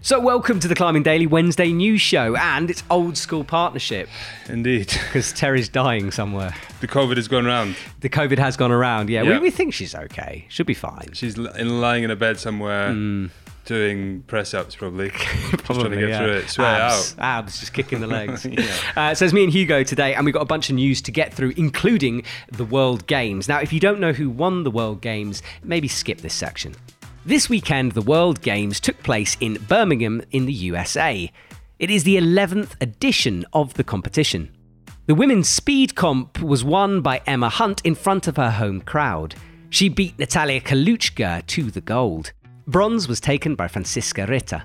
So, welcome to the Climbing Daily Wednesday news show, and it's old school partnership Indeed. because Terry's dying somewhere. The COVID has gone round. The COVID has gone around. Yeah, Yeah. We, we think she's okay. She'll be fine. She's l- in, lying in a bed somewhere doing press ups, probably. Just trying to get Mm. yeah. through it. Swear abs, out. abs, just kicking the legs. Yeah. uh, so it's me and Hugo today, and we've got a bunch of news to get through, including the World Games. Now, if you don't know who won the World Games, maybe skip this section. This weekend, the World Games took place in Birmingham, in the USA. It is the 11th edition of the competition. The women's speed comp was won by Emma Hunt in front of her home crowd. She beat Natalia Kaluchka to the gold. Bronze was taken by Francisca Rita.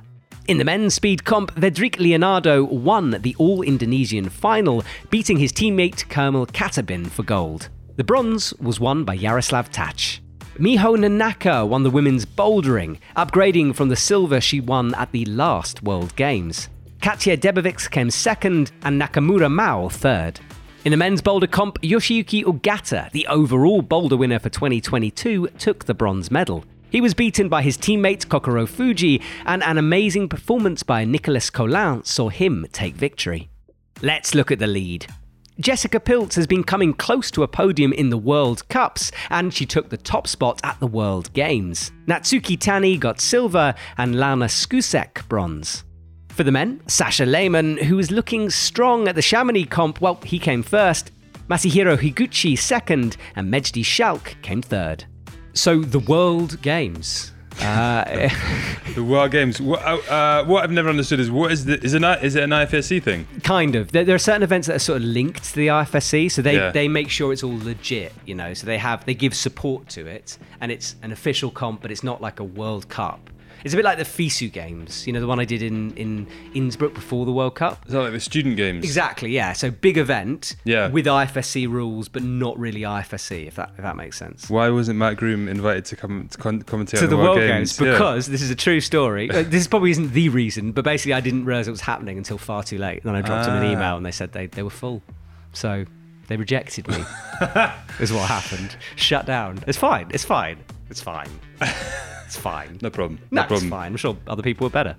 In the men's speed comp, Vedrik Leonardo won the all Indonesian final, beating his teammate Kermal Katabin for gold. The bronze was won by Yaroslav Tach. Miho Nanaka won the women's bouldering, upgrading from the silver she won at the last World Games. Katya Debovics came second and Nakamura Mao third. In the men's boulder comp, Yoshiyuki Ogata, the overall boulder winner for 2022, took the bronze medal. He was beaten by his teammate Kokoro Fuji, and an amazing performance by Nicolas Collin saw him take victory. Let's look at the lead. Jessica Piltz has been coming close to a podium in the World Cups, and she took the top spot at the World Games. Natsuki Tani got silver, and Lana Skusek bronze. For the men, Sasha Lehman, who was looking strong at the Chamonix comp, well, he came first, Masahiro Higuchi second, and Mejdi Schalk came third. So the World Games. Uh, The World Games. What, uh, what I've never understood is what is the is it an, is it an IFSC thing? kind of. There, there are certain events that are sort of linked to the IFSC, so they, Yeah. they make sure it's all legit, you know. So they have they give support to it, and it's an official comp, but it's not like a World Cup. It's a bit like the FISU Games, you know, the one I did in in Innsbruck before the World Cup. Is that like the student games? Exactly, yeah. So big event Yeah. with IFSC rules, but not really IFSC, if that if that makes sense. Why wasn't Matt Groom invited to come to con- commentate to on the World, Games, Yeah. because this is a true story. Uh, This probably isn't the reason, but basically I didn't realize it was happening until far too late. Then I dropped them an Ah. email and they said they, they were full. So they rejected me. is what happened. Shut down. It's fine. It's fine. It's fine. It's fine. No problem. No, No, problem. it's fine. I'm sure other people were better.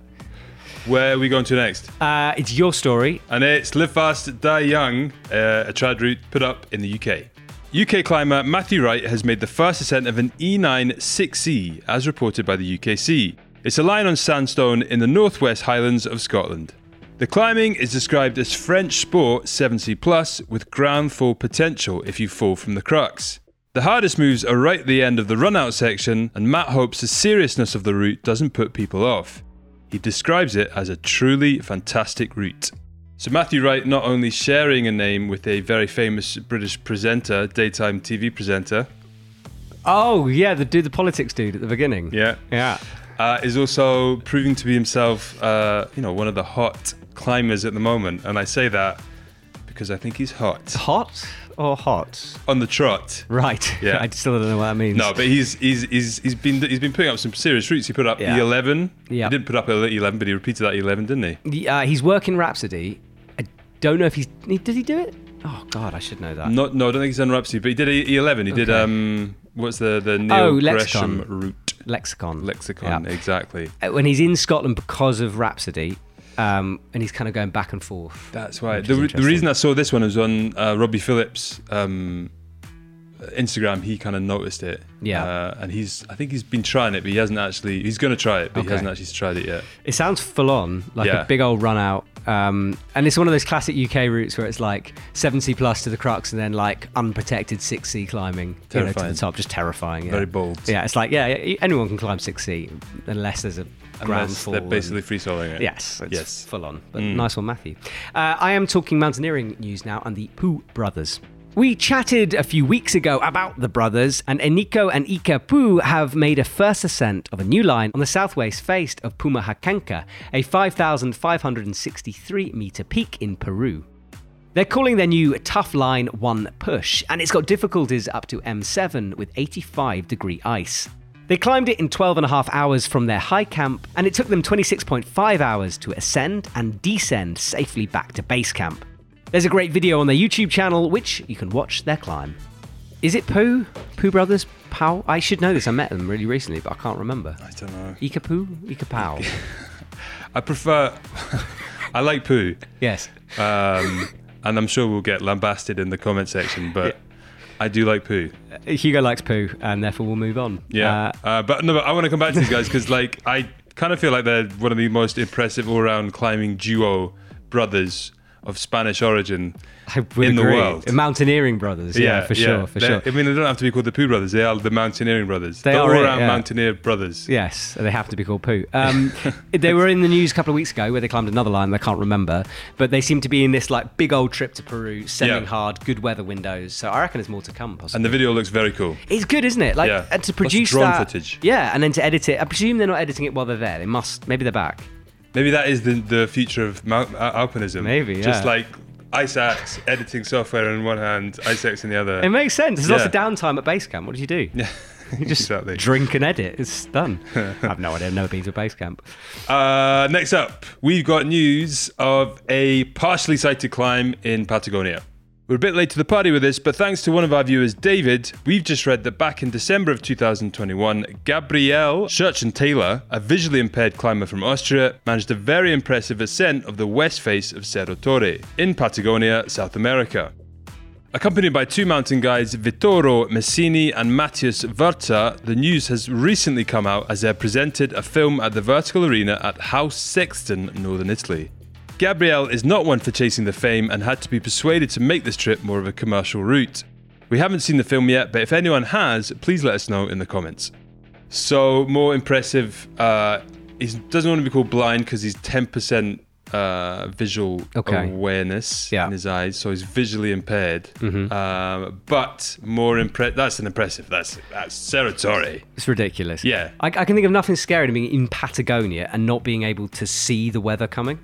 Where are we going to next? Uh, it's your story. and it's Live Fast, Die Young, uh, a trad route put up in the UK. UK climber Matthew Wright has made the first ascent of an E E9 6E, as reported by the UKC. It's a line on sandstone in the northwest Highlands of Scotland. The climbing is described as French sport 70 plus with ground fall potential if you fall from the crux. The hardest moves are right at the end of the run out section, and Matt hopes the seriousness of the route doesn't put people off. He describes it as a truly fantastic route. So Matthew Wright not only sharing a name with a very famous British presenter, daytime TV presenter, Oh, yeah, the dude, the politics dude at the beginning. yeah, Yeah. uh, is also proving to be himself, uh, you know, one of the hot climbers at the moment. And I say that because I think he's hot Hot or hot? on the trot. Right. Yeah. I still don't know what that means. No, but he's he's he's he's been he's been putting up some serious routes. He put up Yeah. E11. Yeah. He didn't put up E11, but he repeated that E11, didn't he? The, Uh, he's working Rhapsody. I don't know if he's. he- Did he do it? Oh, God, I should know that. Not no, I don't think he's done Rhapsody, but he did E- E11. He did Okay. Oh, um, what's the the Neil Lexicon. Gresham route Lexicon. lexicon Yeah. exactly. Uh, When he's in Scotland because of Rhapsody, um, and he's kind of going back and forth. That's why Which the, is re- the interesting. reason I saw this one was on uh, Robbie Phillips' um, Instagram. He kind of noticed it, Yeah. Uh, and he's I think he's been trying it, but he hasn't actually. He's going to try it, but Okay. he hasn't actually tried it yet. It sounds full on, like Yeah. a big old run out. Um, and it's one of those classic UK routes where it's like 70 plus to the crux and then like unprotected 6C climbing you know, to the Terrifying. top, just terrifying. Yeah. Very bold. Yeah, it's like, yeah, yeah, anyone can climb 6C unless there's a ground Unless fall. they're and- basically free soloing it. Yes, it's Yes. full on. But nice one, Matthew. Uh, I am talking mountaineering news now and the Pooh brothers. We chatted a few weeks ago about the brothers, and Eniko and Ika Poo have made a first ascent of a new line on the southwest face of Pumahakanka, a 5,563 meter peak in Peru. They're calling their new Tough Line One Push, and it's got difficulties up to M7 with 85 degree ice. They climbed it in 12 and a half hours from their high camp, and it took them 26.5 hours to ascend and descend safely back to base camp. There's a great video on their YouTube channel, which you can watch their climb. Is it Pooh? Pooh Brothers? Pow? I should know this. I met them really recently, but I can't remember. I don't know. Ika Pooh? Ika Pow? I prefer. I like poo, yes. um, and I'm sure we'll get lambasted in the comment section, but I do like poo. Hugo likes Pooh, and therefore we'll move on. Yeah, Uh, uh, but no, but I want to come back to these guys because like I kind of feel like they're one of the most impressive all-round climbing duo brothers of Spanish origin. I would in the agree. world. Mountaineering Brothers. Yeah, for sure. For sure. They're- I mean, they don't have to be called the Pooh brothers. They are the mountaineering brothers. They the are it, all-round yeah. mountaineer brothers. Yes, they have to be called poo. Um, they were in the news a couple of weeks ago where they climbed another line. I can't remember, but they seem to be in this like big old trip to Peru, sailing Yeah. hard, good weather windows. So I reckon there's more to come. Possibly, And the video looks very cool. it's good, isn't it? Like Yeah. and to Lots of produce drone that, footage. yeah, and then to edit it. I presume they're not editing it while they're there. They must. Maybe they're back. Maybe that is the, the future of mount, uh, alpinism. Maybe, yeah. Just like ice axe editing software in one hand, ice axe in the other. It makes sense. There's lots Yeah. of downtime at base camp. What do you do? Yeah. You just Exactly. drink and edit. It's done. I have no idea. I've never been to a base camp. Uh, next up, we've got news of a partially sighted climb in Patagonia. We're a bit late to the party with this, but thanks to one of our viewers, David, we've just read that back in December of 2021, Gabrielle Church Taylor, a visually impaired climber from Austria, managed a very impressive ascent of the west face of Cerro Torre in Patagonia, South America. Accompanied by two mountain guides, Vittorio Messini and Matthias Verta, the news has recently come out as they presented a film at the Vertical Arena at House Sexton, Northern Italy. Gabrielle is not one for chasing the fame and had to be persuaded to make this trip more of a commercial route. We haven't seen the film yet, but if anyone has, please let us know in the comments. So, more impressive, uh, he doesn't want to be called blind because he's 10% uh, visual Okay. awareness Yeah. Mm-hmm. in his eyes, so he's visually impaired. Um, but more impre- That's an impressive. That's that's Serratore. It's ridiculous. Yeah. I, I can think of nothing scarier than being in Patagonia and not being able to see the weather coming.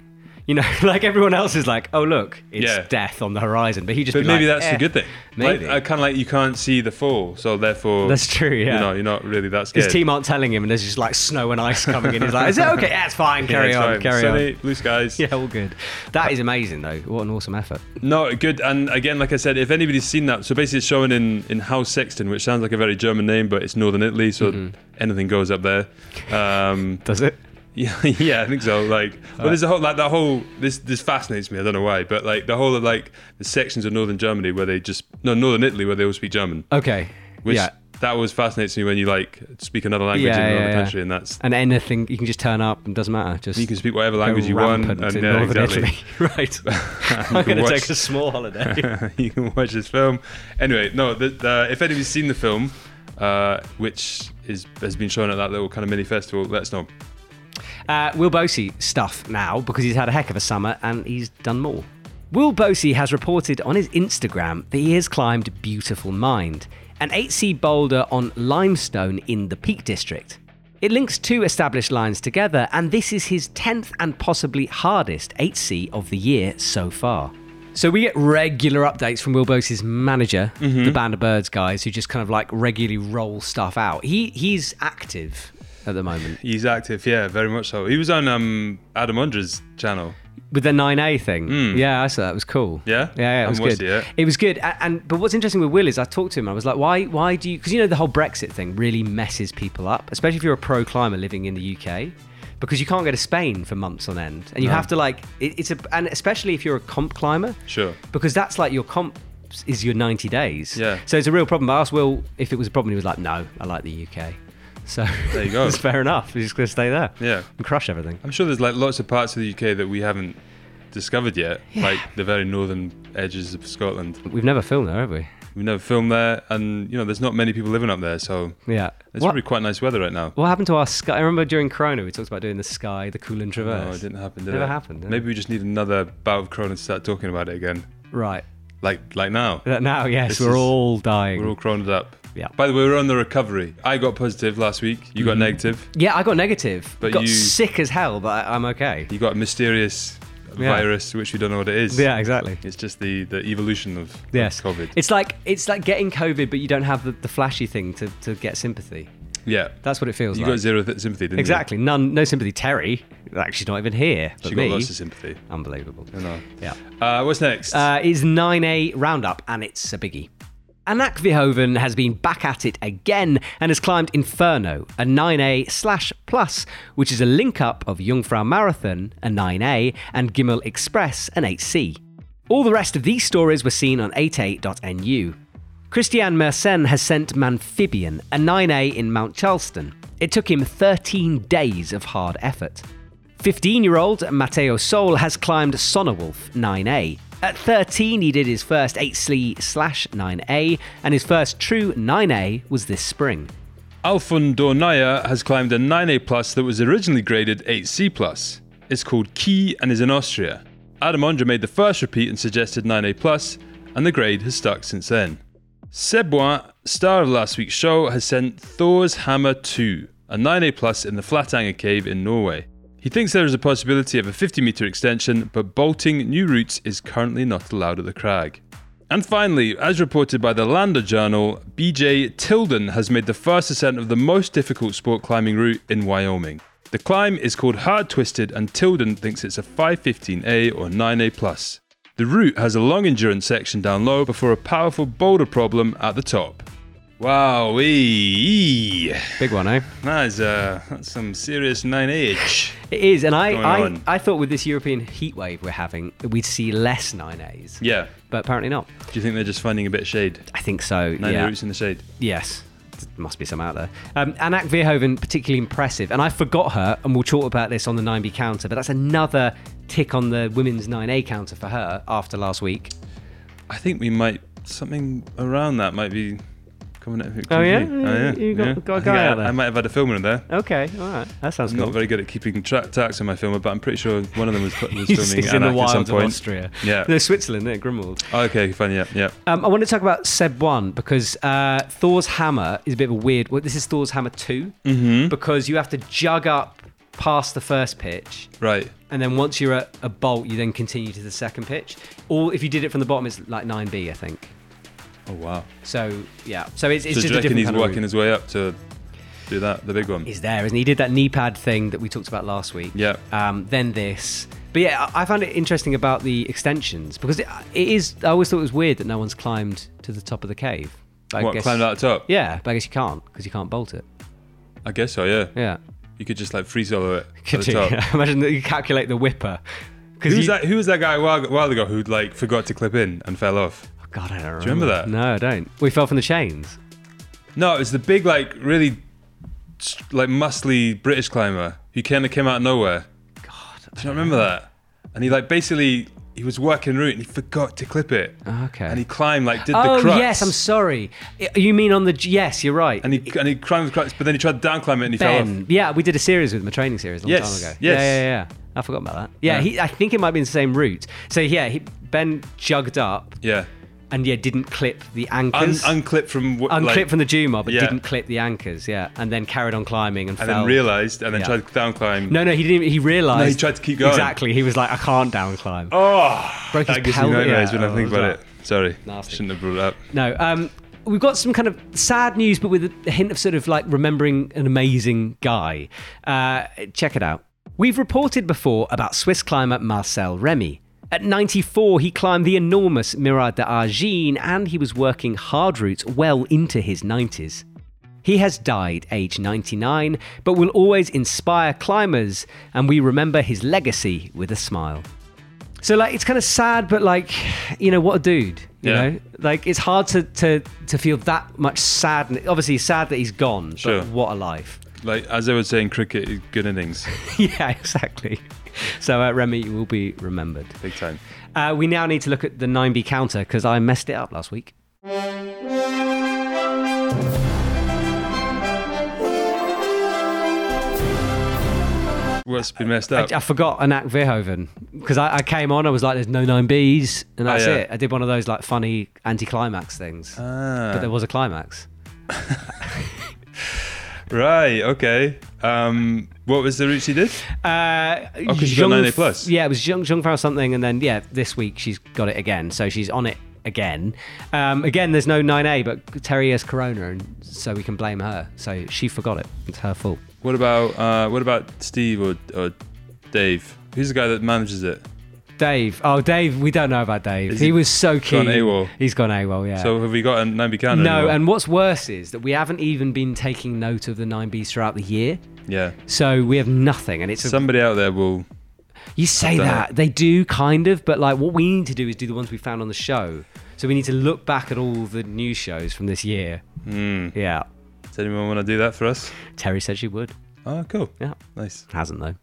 You know, like everyone else is like, oh, look, it's Yeah. death on the horizon. But he just But be maybe like, that's "Eh." the good thing. Maybe. Like, I kind of like you can't see the fall, so therefore That's true, yeah. You know, you're not really that scared. His team aren't telling him, and there's just like snow and ice coming in. He's like, is it okay? That's fine. Yeah, Carry it's on. fine. Carry on. Sunny, blue skies. Yeah, all good. That is amazing, though. What an awesome effort. No, good. And again, like I said, if anybody's seen that, so basically it's showing in in House Sexton, which sounds like a very German name, but it's Northern Italy, so Mm-hmm. anything goes up there. Um, Does it? Yeah, yeah, I think so. Like, well, there's a whole like that whole this this fascinates me. I don't know why, but like the whole of like the sections of northern Germany where they just no northern Italy where they all speak German, Okay. which yeah. that always fascinates me when you like speak another language Yeah, in another yeah, yeah. country, and that's And anything, you can just turn up and doesn't matter. Just you can speak whatever language you want, rampant and in yeah, Northern exactly. Italy. right. I'm can going to watch- take a small holiday. you can watch this film. Anyway, no, the, the, if anybody's seen the film, uh, which is has been shown at that little kind of mini festival, let us know. uh, Will Bosey stuff now because he's had a heck of a summer and he's done more. Will Bosey has reported on his Instagram that he has climbed Beautiful Mind, an 8C boulder on limestone in the Peak District. It links two established lines together, and this is his 10th and possibly hardest 8C of the year so far. So we get regular updates from Will Bose's manager, the Band of Birds guys, who just kind of like regularly roll stuff out. He he's active at the moment. He's active, yeah, very much so. He was on um, Adam Undra's channel. with the 9A thing. Yeah, I saw that. It was cool. Hmm. Yeah? Yeah, yeah, it I was haven't good. watched it yet. It was good. A- And but what's interesting with Will is I talked to him. I was like, why? Why do you? Because you know the whole Brexit thing really messes people up, especially if you're a pro climber living in the UK, because you can't go to Spain for months on end, and you have to like it, it's a and especially if you're a comp climber. Sure. Because that's like your comp is your 90 days. Yeah. So it's a real problem. I asked Will if it was a problem. He was like, no, I like the UK. So There you go. it's fair enough. He's just gonna stay there. Yeah. And crush everything. I'm sure there's like lots of parts of the UK that we haven't discovered yet, like the very northern edges of Scotland. We've never filmed there, have we? We've never filmed there, and you know, there's not many people living up there, so Yeah. it's What- probably quite nice weather right now. What happened to our sky? I remember during Corona we talked about doing the sky, the Coolin Traverse. No, it Oh, didn't happen. Did Never it? happened, did Maybe we just need another bout of Corona to start talking about it again, Right. like like now. That now, yes, This we're is- all dying. We're all croned up. Yeah. Mm-hmm. By the way, we're on the recovery. I got positive last week. You got negative. yeah, I got negative. But got you- sick as hell, but I, I'm okay. You got a mysterious Yeah. virus, which we don't know what it is. Yeah, exactly. It's just the the evolution of, of Yes. COVID. It's like it's like getting COVID, but you don't have the, the flashy thing to, to get sympathy. yeah. That's what it feels you like. got zero th- sympathy, didn't you? exactly. None. No sympathy. Terry. Like she's not even here. But She me. got lots of Um, sympathy. Unbelievable. I know. Yeah. Uh, what's next? Uh, it's 9A roundup, and it's a biggie. Anak Verhoeven has been back at it again and has climbed Inferno, a 9A slash plus, which is a link up of Jungfrau Marathon, a 9A, and Gimmel Express, an 8C. All the rest of these stories were seen on 88.nu. Christian Mersenne has sent Manphibian, a 9A in Mount Charleston. It took him 13 days of hard effort. 15 year old Matteo Sol has climbed Sonowolf 9A. At 13, he did his first 8C slash 9A, and his first true 9A was this spring. Alfondonaya has climbed a 9A plus that was originally graded 8C plus. It's called Key and is in Austria. Adam Ondra made the first repeat and suggested 9A plus, and the grade has stuck since then. Sebouin, star of last week's show, has sent Thor's Hammer 2, a 9A plus in the Flatanger cave in Norway. He thinks there is a possibility of a 50 meter extension, but bolting new routes is currently not allowed at the crag. And finally, as reported by the Lander Journal, BJ Tilden has made the first ascent of the most difficult sport climbing route in Wyoming. The climb is called Hard Twisted, and Tilden thinks it's a 515A or 9A. plus. The route has a long endurance section down low before a powerful boulder problem at the top. Wowee! Big one, eh? That is, uh, that's some serious 9H. It is, and I, Going I, on. I thought with this European heat wave we're having, we'd see less 9As, Yeah. but apparently not. Do you think they're just finding a bit of shade? I think so. Nine yeah. roots in the shade. Yes. There Must be some out there. Um, Anak Verhoeven, particularly impressive. And I forgot her, and we'll talk about this on the 9B counter, but that's another tick on the women's 9A counter for her after last week. I think we might something around that might be coming out. Oh, yeah? Oh, yeah. You got- yeah. got a I think guy I, out there. I might have had a film in there. Okay, all right. That sounds I'm cool. not very good at keeping track tax on my film, but I'm pretty sure one of them was, was filming He's he's in the Anak at some wilds of point. Austria. Yeah. No, Switzerland, is Grimwald. Oh, okay, fine. Yeah, yeah. Um, I want to talk about Seb 1 because uh, Thor's Hammer is a bit of a weird. Well, this is Thor's Hammer 2 Mm-hmm. because you have to jug up past the first pitch. Right. And then once you're at a bolt, you then continue to the second pitch. Or if you did it from the bottom, it's like 9B, I think. Oh wow. So yeah, so it's, it's so do just you a reckon different he's kind of working route. his way up to do that, the big one? He's there, isn't he? He did that knee pad thing that we talked about last week. Yeah. Um, then this, but yeah, I I found it interesting about the extensions because it, it is. I always thought it was weird that no one's climbed to the top of the cave. But I what guess- climbed out the top? Yeah, but I guess you can't because you can't bolt it. I guess so. Yeah. Yeah. You could just like free solo it at Could the you? top. Imagine that you calculate the whipper. Because Who's that? Who was that guy a while, while ago who like forgot to clip in and fell off? God, I don't remember. remember that? No, I don't. We fell from the chains. No, it was the big, like, really, s- like, muscly British climber who kind of came out of nowhere. God. Do you not remember Uh-huh. that? And he, like, basically, he was working route and he forgot to clip it. Okay. And he climbed, like, did oh the crux. yes, I'm sorry. I- You mean on the? Yes, you're right. and he and he climbed the crux, but then he tried to down climb it and he fell Ben. off. Yeah, we did a series with him, a training series a long Yes, time ago. yes. Yeah, yeah, yeah. I forgot about that. Yeah, Yeah. He, I think it might be in the same route. So yeah, he, Ben jugged up Yeah. and yeah didn't clip the Un- anchors. unclipped from what. unclipped like, from the Juma, but yeah. didn't clip the anchors. Yeah, and then carried on climbing and, And fell. then realized and then Yeah. tried to down climb. No, no, he didn't. even- He realized. No, he tried to keep going. Exactly. He was like, I can't down climb. Oh! Broke That his gives me pelvic- nightmares yeah, when oh, I think what about was it. Sorry. Nasty. Shouldn't have brought it up. No. Um, we've got some kind of sad news, but with a hint of sort of like remembering an amazing guy. Uh, check it out. We've reported before about Swiss climber Marcel Remy. At 94, he climbed the enormous Mirade de Argine and he was working hard routes well into his 90s. He has died age 99, but will always inspire climbers, and we remember his legacy with a smile. So like it's kind of sad, but like, you know, what a dude. You Yeah. know? Like it's hard to, to to feel that much sadness. Obviously it's sad that he's gone, Sure. but what a life. Like, as they would say in cricket, good innings. yeah, exactly. So uh, Remy will be remembered. Big time. Uh, we now need to look at the 9B counter because I messed it up last week. What's been messed I, up? I forgot Anak Verhoeven because I, I came on, I was like, there's no 9Bs, and that's Oh, yeah. it. I did one of those like funny anticlimax things, Ah. but there was a climax. Right. Okay. Um, what was the route she did? Uh, oh, 'cause you got 9A plus. Yeah, it was Zheng Zheng Fao something, and then yeah, this week she's got it again, so she's on it again. Um, again, there's no 9A, but Terry has corona, and so we can blame her. So she forgot it. It's her fault. What about uh, what about Steve or, or Dave? Who's the guy that manages it? Dave. Oh, Dave. We don't know about Dave. he, was so keen. AWOL? He's gone AWOL. Yeah. So have we got a Nine Buchanan? no, um, or- and what's worse is that we haven't even been taking note of the nine Bs throughout the year, yeah, so we have nothing. And it's a, somebody out there will. you say Don't know. that they do kind of, but like what we need to do is do the ones we found on the show. So we need to look back at all the new shows from this year. Hmm. Yeah, Does anyone want to do that for us? Terry said she would. Oh, cool. Yeah, Nice. hasn't though.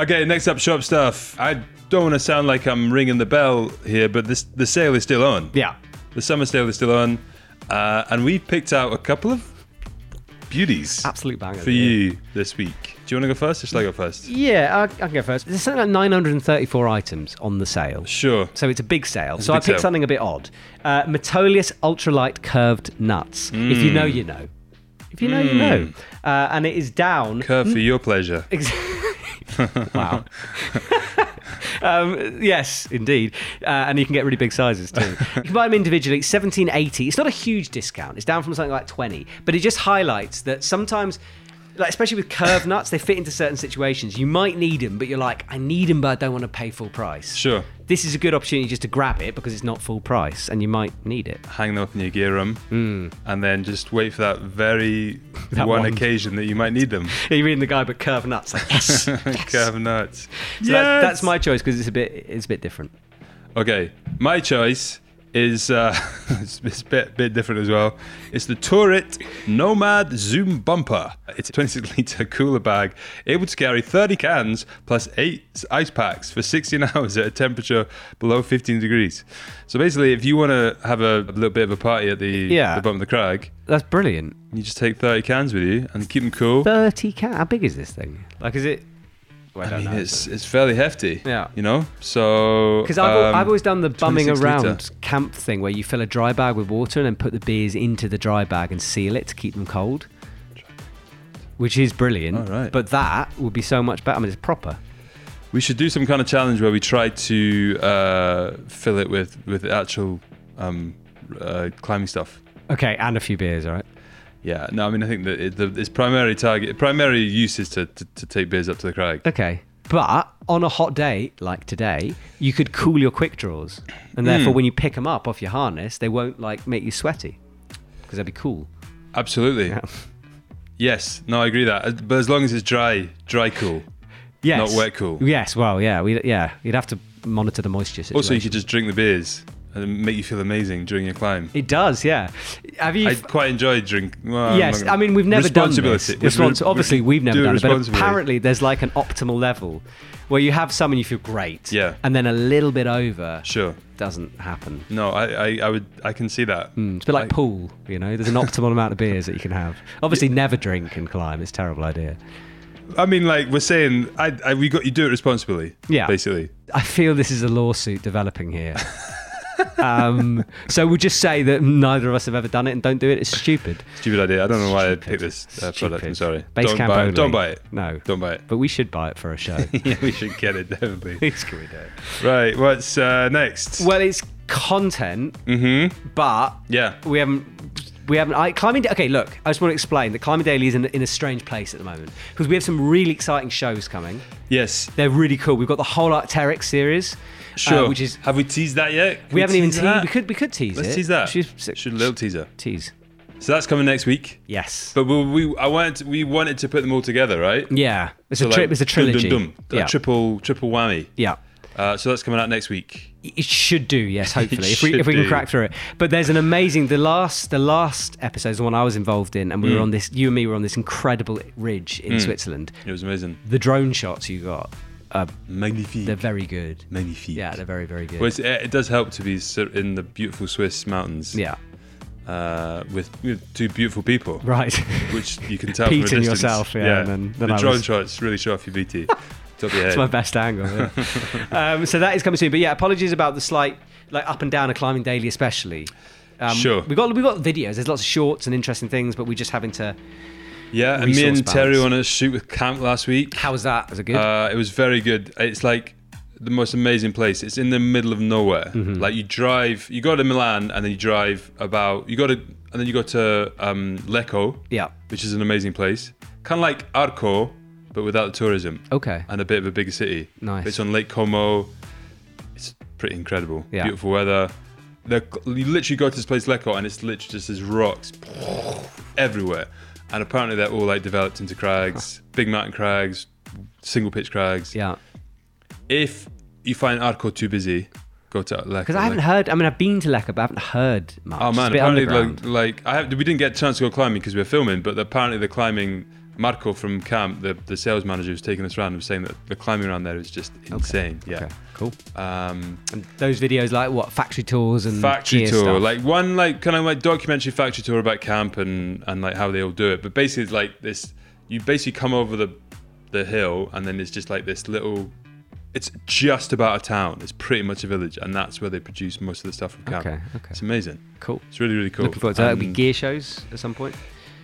Okay, next up, shop stuff. I don't want to sound like I'm ringing the bell here, but this the sale is still on. Yeah. The summer sale is still on, uh, and we picked out a couple of beauties Absolute banger. for you this week. Do you want to go first, or should I go first? Yeah, I, I can go first. There's something like 934 items on the sale. Sure. So it's a big sale. so big I picked sale. something a bit odd. Uh, Metolius Ultralight Curved Nuts. If Hmm. you know, you know. If you know, you know. Uh, and it is down. Curve for your pleasure. Ex- wow. um, yes, indeed. Uh, and you can get really big sizes too. you can buy them individually, 1780. It's not a huge discount. It's down from something like 20. But it just highlights that sometimes, like especially with curved nuts, they fit into certain situations. You might need them, but you're like, I need them, but I don't want to pay full price. Sure. This is a good opportunity just to grab it because it's not full price and you might need it. Hang them up in your gear room, and then just wait for that very Mm. That one, one. occasion that you might need them. You're reading the guy, but curved nuts. Like, yes. so Curve nuts. that's, Yes! that's my choice because it's a bit, it's a bit different. Okay, my choice is uh, it's, it's a bit, bit different as well. It's the Tourit Nomad Zoom Bumper. It's a 26 litre cooler bag, able to carry 30 cans plus eight ice packs for 16 hours at a temperature below 15 degrees. So basically, if you want to have a, a little bit of a party at the, Yeah. the bottom of the crag, That's brilliant. you just take 30 cans with you and keep them cool. 30 cat. How big is this thing? Like, is it? Well, I mean, it's, it's fairly hefty. Yeah. You know? So. Because I've, al- um, I've always done the bumming 26 around litre. camp thing where you fill a dry bag with water and then put the beers into the dry bag and seal it to keep them cold, which is brilliant. All right. But that would be so much better. I mean, it's proper. We should do some kind of challenge where we try to uh, fill it with with actual um, uh, climbing stuff. Okay, and a few beers, all right? Yeah, no, I mean I think that it, the, its primary target, primary use is to, to, to take beers up to the crag. Okay. But on a hot day like today, you could cool your quick draws. And Mm. therefore, when you pick them up off your harness, they won't like make you sweaty because they'd be cool. Absolutely. Yeah. Yes, no, I agree that. As- But as long as it's dry, dry cool. Yes. Not wet cool. Yes. Well, yeah. We yeah. You'd have to monitor the moisture situation. Also, you could just drink the beers and make you feel amazing during your climb. it does. Yeah. Have you? I quite enjoy drink. well, I'm yes. not I gonna- mean, we've never done this. responsibility. Respons- obviously, we've never do it done it. But responsibly. apparently, there's like an optimal level where you have some and you feel great. Yeah. And then a little bit over Sure. doesn't happen. No, I, I, I would, I can see that. Mm, It's a bit like I- pool, you know. There's an optimal amount of beers that you can have. Obviously, never drink and climb. It's a terrible idea. I mean, like we're saying, I, I we got you do it responsibly. Yeah. basically. I feel this is a lawsuit developing here. um, so we'll just say that neither of us have ever done it and don't do it. It's stupid. Stupid idea. I don't know why I picked this uh, product. I'm Stupid. sorry. Base don't camp buy only. it. Don't buy it. No. Don't buy it. But we should buy it for a show. yeah, we should get it definitely. Please can we do it? right. What's uh, next? Well, it's content, but Mm-hmm. yeah. we haven't. We haven't. I, climbing. Da- Okay, look. I just want to explain that climbing daily is in, in a strange place at the moment because we have some really exciting shows coming. Yes. They're really cool. We've got the whole Arcteryx series, uh, Sure. which is have we teased that yet? Can we, haven't even tease teased. that? We could we could tease Let's it. tease that. Should, Should a little teaser. tease. So that's coming next week. Yes. But we, we I wanted we wanted to put them all together, right? yeah. It's So a trip. it's like, a dum, dum, trilogy. dum. A yeah. triple triple whammy. yeah. Uh, so that's coming out next week. It should do, yes, hopefully, if we, should if we do. can crack through it. But there's an amazing the last the last episode is the one I was involved in, and we were Mm. on this you and me were on this incredible ridge in Switzerland. It was amazing. The drone shots you got, uh, Magnifique. they're very good. Magnifique. Yeah, they're very very good. Well, it's, it does help to be sort of in the beautiful Swiss mountains. yeah, Uh, with you know, two beautiful people, right. which you can tell Pete from a and distance. yourself, yeah, and then- then the I drone was- shots really show off your BT. Top of your It's my head. best angle. yeah. um, so that is coming soon. But yeah, apologies about the slight like up and down of climbing daily, especially. Um, Sure. We got we got videos. There's lots of shorts and interesting things, but we're just having to. Yeah, and me and resource Terry balance. went on a shoot with Camp last week. How was that? Was it good? Uh, it was very good. It's like the most amazing place. Mm-hmm. It's in the middle of nowhere. Like you drive, you go to Milan and then you drive about, you go to and then you go to um, Lecco, Yeah. which is an amazing place, kind of like Arco, but without the tourism. Okay. and a bit of a bigger city. Nice. It's on Lake Como. It's pretty incredible. Yeah. Beautiful weather. The, you literally go to this place, Lecco, and it's literally just these rocks everywhere. And apparently they're all like developed into crags, big mountain crags, single pitch crags. Yeah. If you find Arco too busy, go to Lecco. Because I haven't heard. I mean, I've been to Lekka, but I haven't heard much. Oh It's a man, bit apparently underground. like, like I have, we didn't get a chance to go climbing because we were filming, but apparently the climbing Marco from camp, the, the sales manager who's taking us around, was saying that the climbing around there is just insane. Yeah. Okay, cool. Um, And those videos, like what factory tours and Mm. factory gear tour, stuff. like one like kind of like documentary factory tour about camp and and like how they all do it. But basically, it's like this, you basically come over the the hill, and then it's just like this little. It's just about a town. It's pretty much a village, and that's where they produce most of the stuff from camp. Okay, okay. It's amazing. cool. It's really really cool. Looking forward to that. It'll be And- gear shows at some point.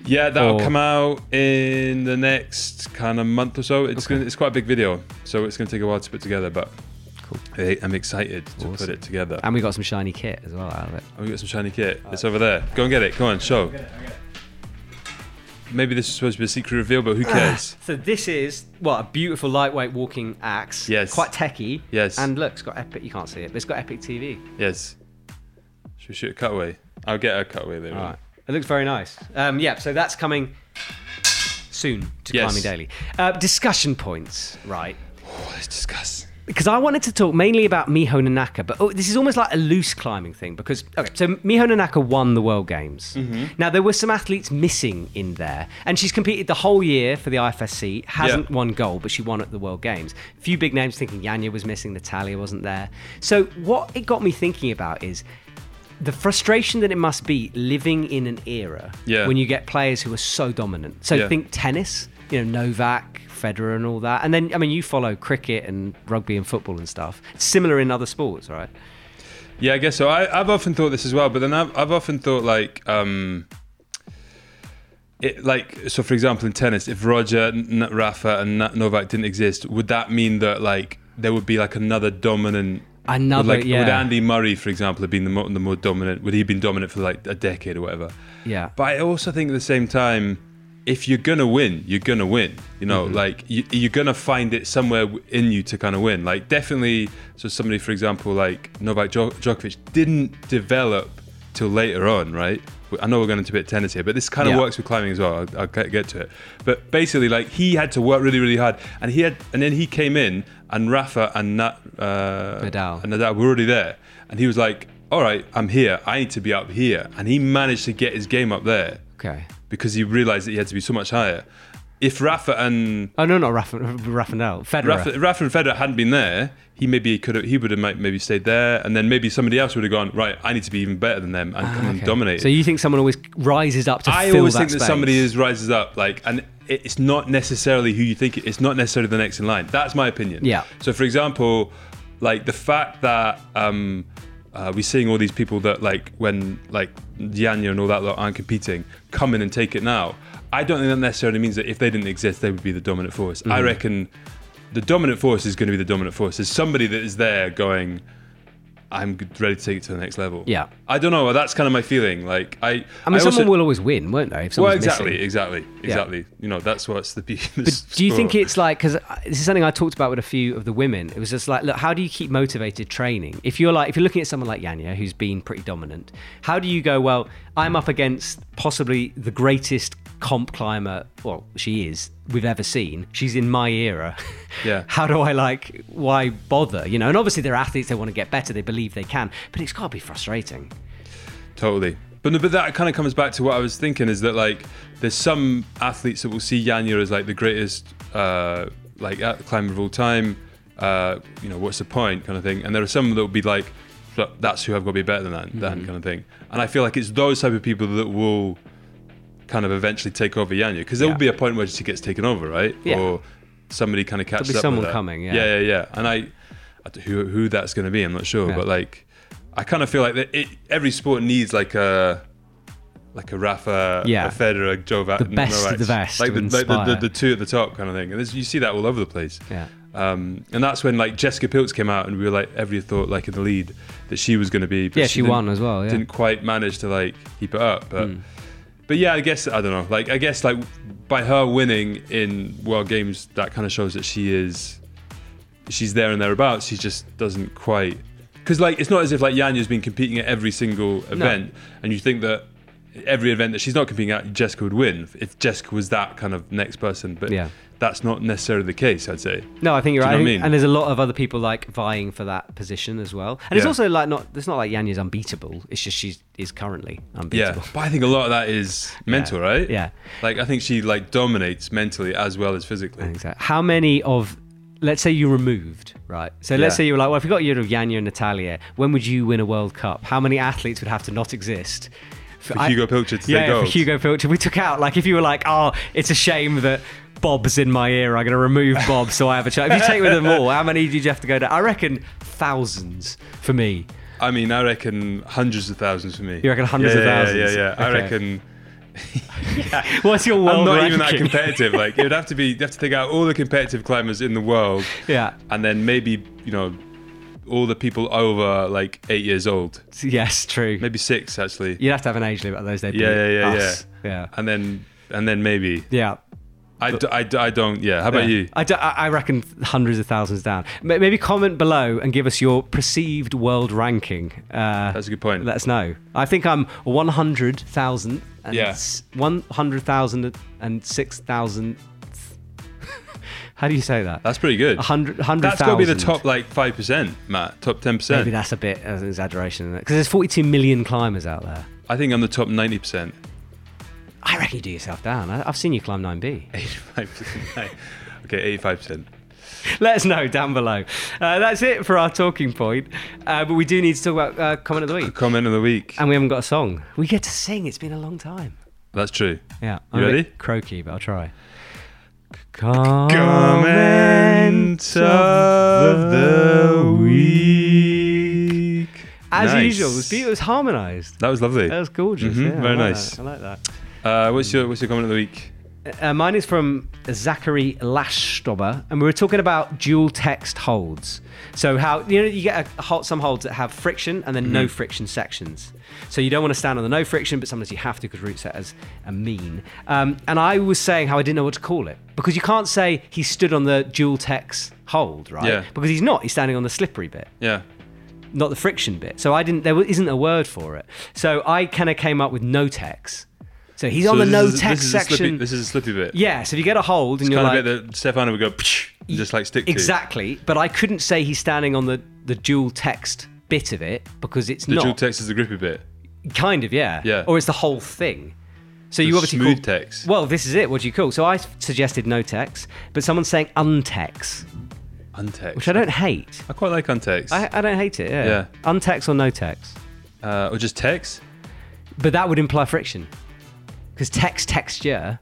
Yeah, that'll Or- come out in the next kind of month or so. It's Okay. gonna, it's quite a big video, so it's gonna take a while to put together. But Cool. I, I'm excited to put Awesome. it together. And we got some shiny kit as well out of it. Oh, we got some shiny kit. It's over there. Go and get it. Go on, show. Maybe this is supposed to be a secret reveal, but who cares? So this is what a beautiful lightweight walking axe. Yes. Quite techie. Yes. And look, it's got epic. You can't see it, but it's got epic TV. yes. Should we shoot a cutaway? I'll get a cutaway later. All on. right. It looks very nice. Um, yeah. So that's coming soon to Yes. Climbing Daily. Uh, discussion points, right? Oh, let's discuss. because I wanted to talk mainly about Miho Nanaka, but oh, this is almost like a loose climbing thing because okay, so Miho Nanaka won the World Games. Mm-hmm. Now there were some athletes missing in there, and she's competed the whole year for the IFSC, hasn't Yeah. won gold, but she won at the World Games. Few big names thinking Yanya was missing, Natalia wasn't there. So what it got me thinking about is the frustration that it must be living in an era Yeah. when you get players who are so dominant. So Yeah. think tennis, you know, Novak, Federer, and all that. And then, I mean, you follow cricket and rugby and football and stuff. It's similar in other sports, right? Yeah, I guess so. I, I've often thought this as well, but then I've, I've often thought like, um, it like so. For example, in tennis, if Roger, N- Rafa, and N- Novak didn't exist, would that mean that like there would be like another dominant? Another, like would yeah. Andy Murray, for example, have been the more, the more dominant? Would he have been dominant for like a decade or whatever? Yeah. But I also think at the same time, if you're gonna win, you're gonna win. You know, Mm-hmm. like you, you're gonna find it somewhere w- in you to kind of win. Like definitely, so somebody, for example, like Novak Djo- Djokovic didn't develop till later on, right? I know we're going into a bit of tennis here, but this kind of Yeah. works with climbing as well. I'll, I'll get, get to it. But basically, like he had to work really, really hard, and he had, and then he came in, and Rafa and Nat, uh, Nadal. and Nadal were already there. And he was like, all right, I'm here. I need to be up here. And he managed to get his game up there Okay. because he realized that he had to be so much higher. If Rafa and Oh, no, not Rafa, Rafa Nadal. Federer. Rafa, Rafa and Federer hadn't been there, he maybe could have, he would have might- maybe stayed there, and then maybe somebody else would have gone right. I need to be even better than them and come and Ah, Okay. dominate. So you think someone always rises up to I fill always that think that space? somebody is rises up, like, and it- it's not necessarily who you think it. It's not necessarily the next in line. That's my opinion. Yeah. So, for example, like the fact that um, uh, we're seeing all these people that, like, when like Yanya and all that lot aren't competing, come in and take it now. I don't think that necessarily means that if they didn't exist, they would be the dominant force. Mm-hmm. I reckon the dominant force is going to be the dominant force. There's somebody that is there going. I'm g- ready to take it to the next level. Yeah. I don't know. That's kind of my feeling. Like I, I mean, also- someone will always win, won't they? If well, someone's exactly, missing. exactly, exactly. You know, that's what's the beauty. But do you think it's like because this is something I talked about with a few of the women? It was just like, look, how do you keep motivated training? If you're like, if you're looking at someone like Yanya, who's been pretty dominant, how do you go? Well, I'm up against possibly the greatest comp climber. Well, she is we've ever seen. She's in my era. Yeah. how do I like? Why bother? You know. And obviously, they're athletes. They want to get better. They believe they can. But it's got to be frustrating. totally? But no, but that kind of comes back to what I was thinking is that like there's some athletes that will see Yanya as like the greatest uh, like uh, climber of all time. Uh, you know, what's the point, kind of thing. And there are some that will be like, "Look, that's who I've got to be better than that, Mm-hmm. than kind of thing. And I feel like it's those type of people that will kind of eventually take over Yanya because there Yeah. will be a point where she gets taken over, right? Yeah. Or somebody kind of catches be up. someone with her. coming, yeah. yeah, yeah, yeah. And I, I d- who who that's going to be, I'm not sure, Yeah. but like, I kind of feel like that it, every sport needs like a like a Rafa, Yeah. a Federer, a Jovac, best of the best like, to the, like the, inspire. the, the two at the top kind of thing. And there's- you see that all over the place. Yeah. Um, and that's when like Jessica Piltz came out, and we were like, every thought like in the lead that she was going to be. But Yeah, she didn't- won as well, yeah. Hmm. Didn't quite manage to like keep it up, but but yeah, I guess I don't know. Like I guess like by her winning in World Games, that kind of shows that she is she's there and thereabouts. She just doesn't quite because like it's not as if like Yanya's been competing at every single event, and you think that every event that she's not competing at, Jessica would win if Jessica was that kind of next person. But Yeah. that's not necessarily the case, I'd say. No, I think you're Do you right. I know what I think- mean? And there's a lot of other people like vying for that position as well. And it's Yeah. also like not it's not like Yanya's unbeatable. It's just she is currently Yeah, unbeatable. but I think a lot of that is mental, right? Yeah. Like I think she like dominates mentally as well as physically. Exactly. How many of let's say you removed, right? So let's Yeah. say you were like, well, if we got rid of Yanya and Natalia, when would you win a World Cup? How many athletes would have to not exist? For Hugo Pilcher to take yeah, for gold. Hugo Pilcher. We took out like if you were like, oh, it's a shame that Bob's in my ear. I'm going to remove Bob, so I have a chance. If you take with them all, how many did you have to go down? I reckon thousands for me. I mean, I reckon hundreds of thousands for me. You reckon hundreds yeah, of yeah, thousands? Yeah, yeah. I Okay. reckon. What's your I'm world not ranking? even that competitive. Like it would have to be. You have to take out all the competitive climbers in the world, yeah. and then maybe you know all the people over like eight years old, Yes, true. maybe six actually. You'd have to have an age limit on those. They'd yeah, yeah, be yeah, us. yeah. yeah. And then and then maybe Yeah. I, d- I, d- I don't. Yeah. How about Yeah. you? I, do- I I reckon hundreds of thousands down. Ma- Maybe comment below and give us your perceived world ranking. Uh, That's a good point. Let us know. I think I'm 100,000 and Yeah. s- 100,000 and 6,000. How do you say that? That's pretty good. 100,000. That's got to be the top like five percent, Matt. Top ten Maybe percent. that's a bit of an exaggeration, Because there's 42 million climbers out there. I think I'm the top ninety percent. I reckon you do yourself down. I, I've seen you climb 9B. Eighty-five percent. Okay, eighty-five percent. Let us know down below. Uh, that's it for our talking point. Uh, but we do need to talk about uh, comment of the week. Comment of the week. And we haven't got a song. We get to sing. It's been a long time. That's true. Yeah. You a bit ready? croaky, but I'll try. Comment of the week. As Nice. usual, the beat was Uh, harmonised. That was lovely. That was gorgeous. Mhm, yeah, I very like nice. that, I like that. Uh, what's your What's your comment of the week? Uh, mine is from Zachary Lashstobber, and we were talking about dual text holds. So how you know you get a hold, some holds that have friction and then Mm. no friction sections. So you don't want to stand on the no friction, but sometimes you have to because root set as a mean. Um, and I was saying how I didn't know what to call it because you can't say he stood on the dual text hold, right? Yeah. Because he's not. He's standing on the slippery bit Yeah. not the friction bit. So I didn't. There isn't a word for it. So I kind of came up with no text. So he's on the this no is- this text is a section. Slippy, this is a slippy bit. yeah. So if you get a hold and It's you're kind like of bit that Stefano would go "Psh," and just like stick to. exactly, but I couldn't say he's standing on the the dual text bit of it because it's The not dual text is the grippy bit. kind of yeah. Yeah. Or it's the whole thing. So you The obviously smooth call, text. Well, this is it. What do you call? So I suggested no text, but someone's saying untext, Untext. which I don't hate. I quite like untext. I, I don't hate it. Yeah. Yeah. Untext or no text. uh, or just text. But that would imply friction. Because text texture.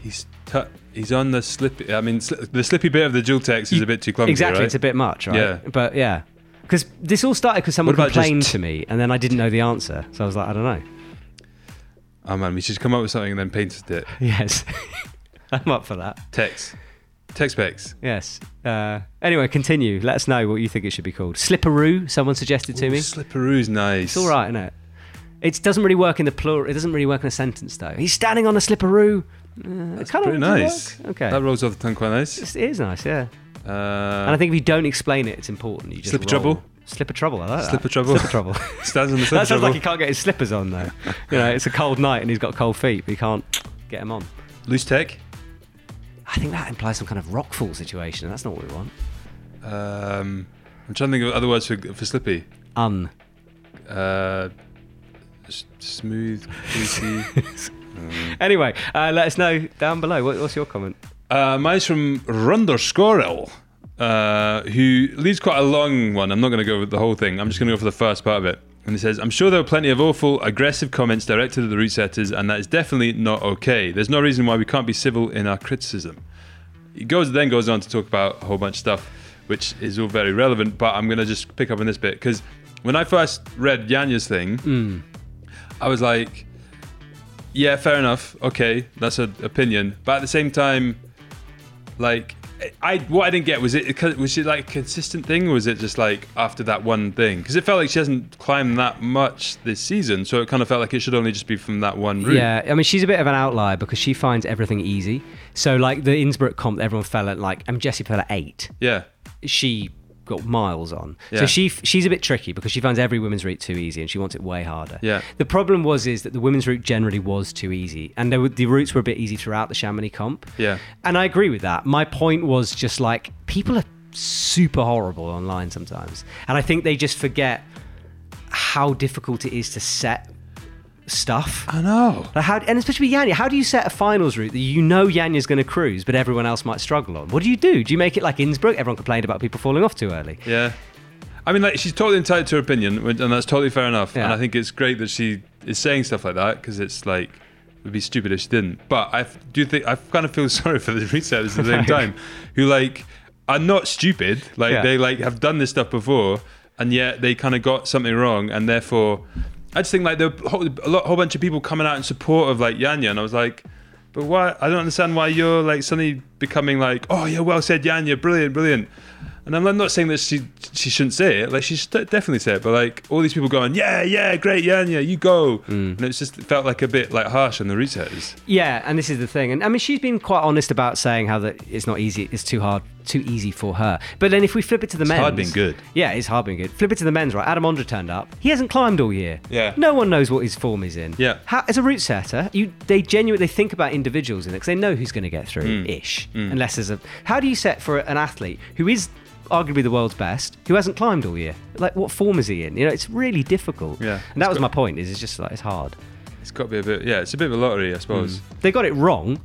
He's t- he's on the slippy. I mean, sli- the slippy bit of the dual text is a bit too clumsy, exactly, right? it's a bit much, right? Yeah. But yeah. Because this all started because someone What about just complained t- to me and then I didn't know the answer. So I was like, I don't know. oh man, we should come up with something and then painted it. Yes. I'm up for that. Text. Text specs. Yes. Uh, anyway, continue. Let us know what you think it should be called. Slipperoo, someone suggested to me. It's Slipperoo's nice. It's all right, isn't it? It doesn't really work in the plural. It doesn't really work in a sentence, though. He's standing on a slipperoo. Uh, That's Pretty nice. Okay. That rolls off the tongue quite nice. It's- it is nice, yeah. Uh, And I think if you don't explain it, it's important. You just Slip of roll. trouble? Slip of trouble. I like that. Slip of trouble. Slip of trouble. stands on the slipper that sounds trouble. like he can't get his slippers on though. You know, it's a cold night and he's got cold feet, but he can't get them on. Loose tech. I think that implies some kind of rockfall situation. and That's not what we want. Um, I'm trying to think of other words for, for slippy. Un. Uh, s- smooth, greasy. Anyway, uh, let us know down below. What, what's your comment? uh, mine's from Runder Scorrell, uh, who leaves quite a long one. I'm not going to go with the whole thing. I'm just going to go for the first part of it. And he says, I'm sure there were plenty of awful, aggressive comments directed at the root setters, and that is definitely not okay. There's no reason why we can't be civil in our criticism. He goes then goes on to talk about a whole bunch of stuff, which is all very relevant. But I'm gonna just pick up on this bit because when I first read Yanya's thing, I was like, "Yeah, fair enough. Okay, that's an opinion." But at the same time, like I what I didn't get was it was it like a consistent thing or was it just like after that one thing because it felt like she hasn't climbed that much this season so it kind of felt like it should only just be from that one route. Yeah, I mean, she's a bit of an outlier because she finds everything easy. So, like the Innsbruck comp, everyone fell at like, I mean, Jessie fell at eight. Yeah. She got miles on. Yeah. So she f- she's a bit tricky because she finds every women's route too easy and she wants it way harder. Yeah. The problem was is that the women's route generally was too easy and there were, the routes were a bit easy throughout the Chamonix comp. Yeah. And I agree with that. My point was just like people are super horrible online sometimes. And I think they just forget how difficult it is to set stuff. I know. Like how, and especially with Yanya, how do you set a finals route that you know Yanya's going to cruise, but everyone else might struggle on? What do you do? Do you make it like Innsbruck? Everyone complained about people falling off too early. Yeah. I mean, like she's totally entitled to her opinion, which- and that's totally fair enough. And Yeah. I think it's great that she is saying stuff like that because it's like it would be stupid if she didn't. But I f- do think I kind of feel sorry for the resellers at the same time, who like are not stupid. Like Yeah. they like have done this stuff before, and yet they kind of got something wrong, and therefore, I just think like there were a whole, a lot, whole bunch of people coming out in support of like Yanya, and I was like. But why? I don't understand why you're like suddenly becoming like, oh yeah, well said, Yanya, brilliant, brilliant. And I'm not saying that she she shouldn't say it. Like she should definitely say it. But like all these people going, yeah, yeah, great, yeah, yeah, you go. Mm. And it's just it felt like a bit like harsh on the resetters. Yeah, and this is the thing, and I mean, she's been quite honest about saying how that it's not easy, it's too hard, too easy for her. But then if we flip it to the men's, hard being good. Yeah, it's hard being good. Flip it to the men's, right? Adam Ondra turned up. He hasn't climbed all year. Yeah. No one knows what his form is in. Yeah. How, as a route setter, you they genuinely think about individuals in it because they know who's going to get through Mm. ish, unless there's a. How do you set for an athlete who is arguably the world's best who hasn't climbed all year? Like, what form is he in? You know, it's really difficult. Yeah. And that was my point. Is it's just like it's hard. It's got to be a bit, yeah, it's a bit of a lottery, I suppose. They got it wrong,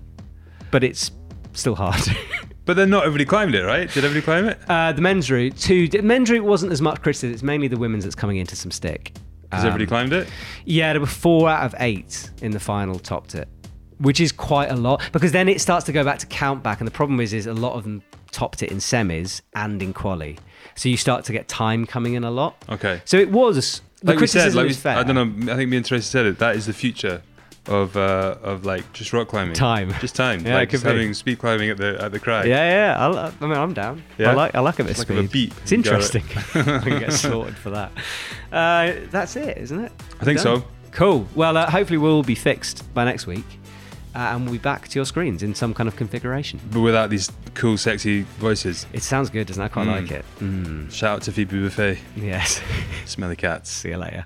but it's still hard. But then not everybody climbed it, right? Did everybody climb it? uh, the men's route, too. The men's route wasn't as much criticism. It's mainly the women's that's coming into some stick. Has Um, everybody climbed it? Yeah, there were four out of eight in the final top tip, which is quite a lot because then it starts to go back to count back. And the problem is, is a lot of them topped it in semis and in quali. So you start to get time coming in a lot. Okay. So it was. The Like we criticism said, like we, is fair. I don't know. I think me and Tracy said it. That is the future of uh, of like just rock climbing. Time. Just time. Yeah, like it could just be. having speed climbing at the at the crack. Yeah, yeah. I, I mean, I'm down. Yeah? I like I like a bit Like of speed. a bit of beep. It's You got it. interesting. I can get sorted for that. Uh, that's it, isn't it? I think so. Cool. Well, uh, hopefully we'll be fixed by next week, uh, and we'll be back to your screens in some kind of configuration. But without these cool, sexy voices. It sounds Hmm. good, doesn't it? I quite Mm. like it. Mm, Shout out to Phoebe Buffet. yes. Smelly cats. See you later.